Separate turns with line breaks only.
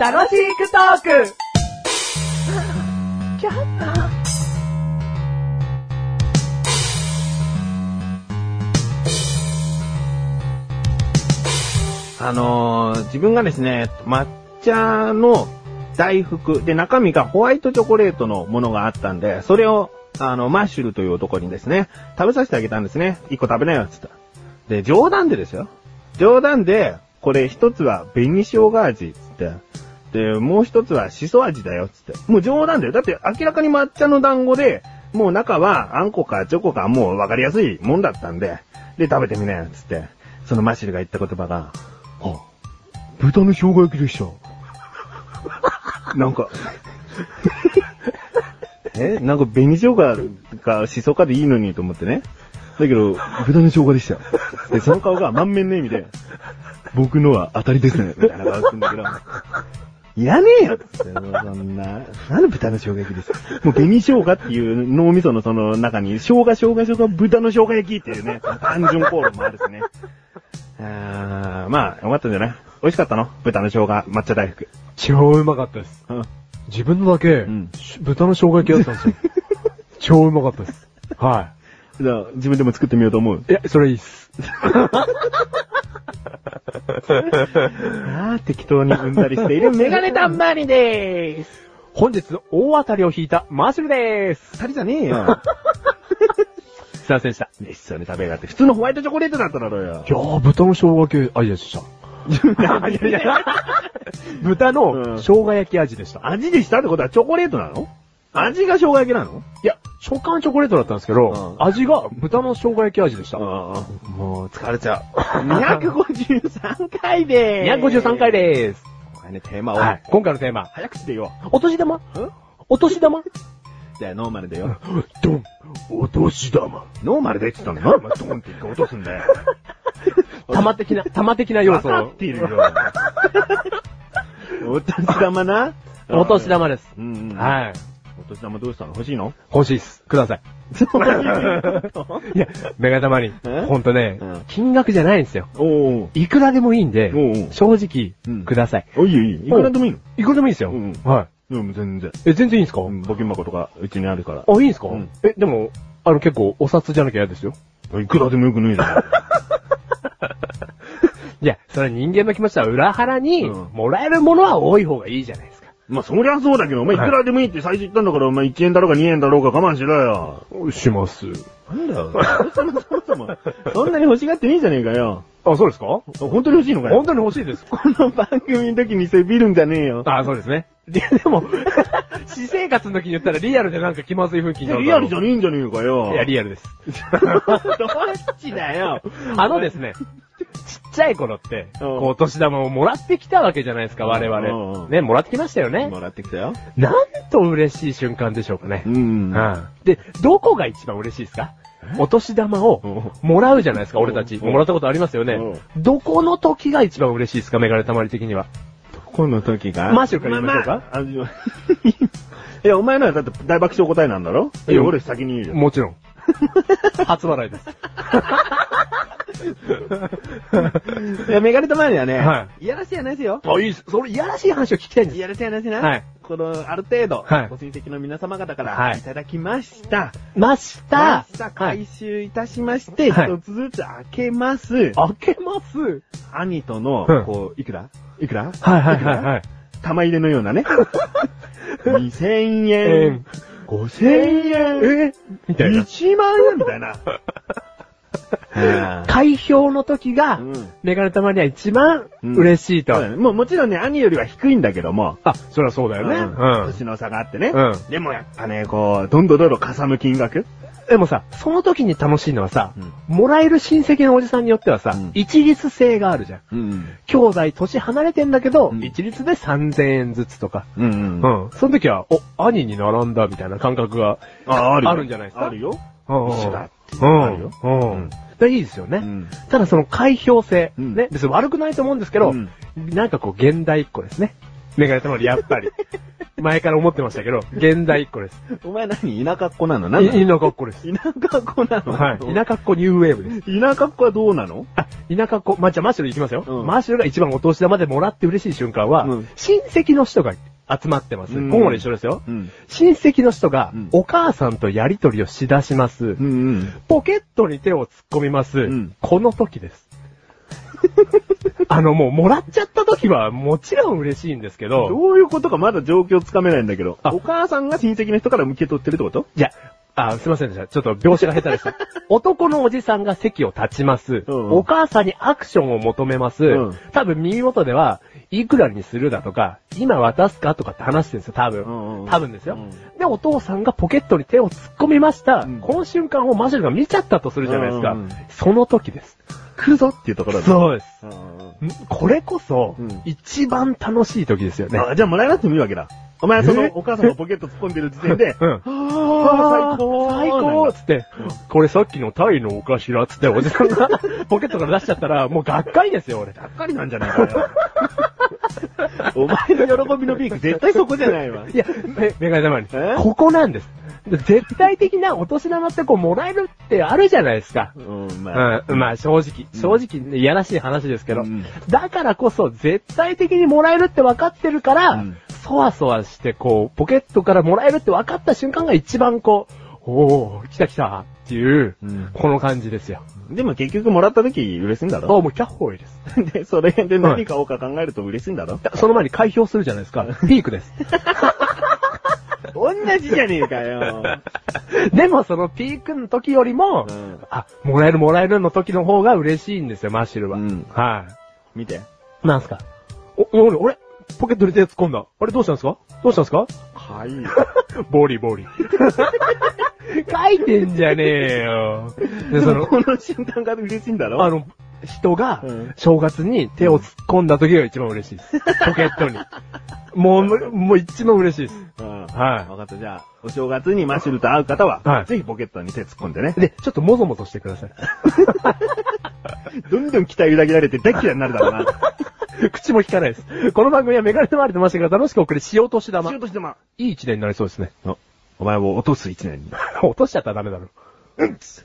楽しくトーク
あのー自分がですね、抹茶の大福で中身がホワイトチョコレートのものがあったんで、それを、あの、マッシュルという男にですね、食べさせてあげたんですね。一個食べなよ、つった。で、冗談でですよ。冗談で、これ一つは紅生姜味、つって。で、もう一つはシソ味だよ、つって。もう冗談だよ。だって明らかに抹茶の団子で、もう中はあんこかチョコかもうわかりやすいもんだったんで、で、食べてみなよ、つって。そのマッシュルが言った言葉が、あ、豚の生姜焼きでした。なんか、 え、なんか紅生姜かシソかでいいのにと思ってね。だけど、豚の生姜でした。で、その顔が満面の意味で、僕のは当たりですね、みたいな顔するんだけど。いらねえよっつって、そんな、なんで豚の生姜焼きですかもう紅生姜っていう脳みそのその中に、生姜生姜生姜豚の生姜焼きっていうね、単純コールもあるしね。あーまあ、よかったんじゃない美味しかったの豚の生姜、抹茶大福。
超うまかったです。
うん。
自分のだけ、
ん
し豚の生姜焼きだったん ですよ。超うまかったです。は
じゃあ、自分でも作ってみようと思う。
い。いや、それいいっす。
ああ、適当に産んだり しているメガネたんまりでーす。
本日、大当たりを引いたマーシュルでーす。
二人じゃねえよ。
すいませんでした。
一緒に食べやがって。普通のホワイトチョコレートだっただろう よ
い。やー、豚の生姜焼き味でした。いやいや豚
うん
の生姜焼き味でした。
味でしたってことはチョコレートなの味が生姜焼きなの
いや、食感チョコレートだったんですけど、
うん
味が豚の生姜焼き味でした。
ああ、もう疲れちゃう。253回でーす。
253回でーす。
す。これね、テーマを、
はい。今回のテーマ、
早くしてよ。
お年玉お年玉
じゃあ、ノーマルでよ。
ドンお年玉
ノーマルでって言ったのに、ドンって一回落とすんだよ。
玉的な、玉的な要素
わか
を
っ。ているよ。 お年玉 な
お年。玉です。
うんうん。い。
はい。
お年玉どうしたの欲しいの
欲しいっす。ください。
そういうこ
いや、メガ玉に
え、
ほんとね
うん、
金額じゃないんですよ。
と おー。
いくらでもいいんで
おうおう、
正直
う、ん
ください。
おいいよいいよ。いくらでもいいの
いくらでもいいんですよ
うん。
は
うん、全然。
い。え、全然いいんですか
うん募金箱とか、うちにあるから。
あ、いいんですか
うん
え、でも、あの結構、お札じゃなきゃ嫌ですよ。
いくらでもよくねえじゃん。
いや、それは人間の気持ちは裏腹に、
うん
もらえるものは多い方がいいじゃないですか。
まあ、そりゃそうだけど、お前いくらでもいいって最初言ったんだから、お前1円だろうか2円だろうか我慢しろよ。
します。
なんだよ。そもそも、 そんなに欲しがってねえじゃねえかよ。
あ、そうですか本
本当に欲しいのかよ。
当に欲しいです。
この番組の時にそれビルんじゃねえ よ。
あ、そうですね。いや、でも、私生活の時に言ったらリアルでなんか気まずい雰囲気になる
リアルじゃ
ん。
ねえんじゃねえかよ。
いや、リアルです。
どっちだ よ。
あのですね、ちっちゃい頃って、
うん
こう、お年玉をもらってきたわけじゃないですか、我
うんうんう
々。
ん
ね、もらってきましたよね。
もらってきたよ。
なんと嬉しい瞬間でしょうかね。
ん
うんで、どこが一番嬉しいですかお年玉をもらうじゃないですか、俺たち。
うん
もらったことありますよね。どこの時が一番嬉しいですか、メガネたまり的には。
この時が
マシュルから言いましょうか
あまああ いや、お前のはだって大爆笑答えなんだろ
い
い
や
や、俺先に言うよ。
もち ろん。初笑いです。
いや、メガネと前にはね、、
はい
やらしい話ですよ。
あ、いいです。それ、いやらしい話を聞きたいんです。
やらしい話な。
はい
この、ある程度、
はい
ご親戚の皆様方か
は
ら、
い
いただきました。
まし
ま
た
した
は
回
い。
収いたしまして、
はい
一つずつ開けます。
開けます。はい
兄との
うん、
こう、いくらいくら
はいはいはい。
玉入れのようなね。2000円、5000円、
えみたいな。
1万円みたい な。はあ
開票の時が、
うん
メガネたまりは一番
うん
嬉しいと
そう。だねもうもちろんね、兄よりは低いんだけども、
あ、そりゃそうだよね。
うん年の差があってね。
う
でもやっぱね、こう、どんどんどんどんかさむ金額
でもさ、その時に楽しいのはさ、
うん
もらえる親戚のおじさんによってはさ、
うん
一律性があるじゃん。
うん。
兄弟年離れてんだけど、
うん
一律で3000円ずつとか。
うんうん。
ん。その時は、お、兄に並んだみたいな感覚が。
あ、あるよ
あるんじゃないですか
あるよ。
うん
一緒だっていう
う
の
ん。
があるよ。
うん。
うん
だからいいですよね。
うん
ただその開票性、
うん
ね。別に悪くないと思うんですけど、
うん
なんかこう現代っ子ですね。メガネたまり、やっ ぱり。前から思ってましたけど、現代っ子です。
お前何田舎っ子なのなんだ
い田舎っ子です。
田舎っ子なの
はい。田舎っ子ニューウェーブです。
田舎っ子はどうなの
あ、田舎っ子、まあ、じゃあマッシュルいきますよ。
うん
マッシュルが一番お年玉でもらって嬉しい瞬間は、
うん
親戚の人が集まってます。
うん
今後で一緒ですよ。
うん。
親戚の人が
うん、
お母さんとやりとりをしだします。
うんうん。
ポケットに手を突っ込みます。
ん
この時です。 あの、もう、もらっちゃった時は、もちろん嬉しいんですけど、
どういうことかまだ状況つかめないんだけど。
あ
お母さんが親戚の人から受け取ってるってこと
じゃあ、あすいませんでした。ちょっと描写が下手 でした。男のおじさんが席を立ちます、
うん
お母さんにアクションを求めます。
うん
多分耳元では、いくらにするだとか、今渡すかとかって話してるんですよ、多分。
うんうん
多分ですよ、
う
で、お父さんがポケットに手を突っ込みました。
うん
この瞬間をマシュルが見ちゃったとするじゃないですか。
うんうん
その時です。
来るぞっていうところだ。
そうです。
うんうんうん
んこれこそ
うん、
一番楽しい時ですよね。
あじゃあもらえなくてもいいわけだ。お前はその
え
お母さんがポケット突っ込んでる時点で、
うん
はぁー最高
最高つって、これさっきのタイのお頭つって、おじさん がポケットから出しちゃったら、もうがっかりですよ、俺。
ばっかりなんじゃないか よ。お前の喜びのピーク絶対そこじゃないわ。
いや、め、メガネ玉に
え。
ここなんです。絶対的なお年玉ってこう、もらえるってあるじゃないですか。
うん、まあ。
うん、まあ正直、正直、ね、いやらしい話ですけど、
うん
だからこそ絶対的にもらえるって分かってるから、
うん
そわそわしてこう、ポケットからもらえるって分かった瞬間が一番こう、おー、来た来たっていう、
うん
この感じですよ。
でも結局もらった時嬉しいんだ
あ、
ろ
もうキャッホーイで す。
で、それで何買おうか考えると嬉しいんだろ
その前に開票するじゃないですか。ピー クです。
同じじゃねえか よ。
でもそのピークの時よりも、
うん
あ、もらえるもらえるの時の方が嬉しいんですよ、マッシュルは。
うん
はい、
見て。
なんすかお、お、お俺、ポケットに手突っ込んだ。あれどうしたんですかどうしたんですか
はい。
ボリボリ。 書いてんじゃねえ よ。で、その、
この瞬間が嬉しいんだろ
あの、人が
うん、
正月に手を突っ込んだ時が一番嬉しいです。ポケットに。もう、もう一番嬉しいです。
うん。
はい
わかった。じゃあ、お正月にマッシュルと会う方は、
はい
ぜひポケットに手突っ込んでね。
で、ちょっともぞもぞしてくださ
どんどん期待裏切られて大嫌いになるだろう な。
い。 口も引かないです。この番組はメガネとマリとましたけど、楽しくお送り、しようとし玉。
仕
い
事してま
い一年になりそうですね。
お、お前を落とす一年に。
落としちゃったらダメだろ。
うんっつ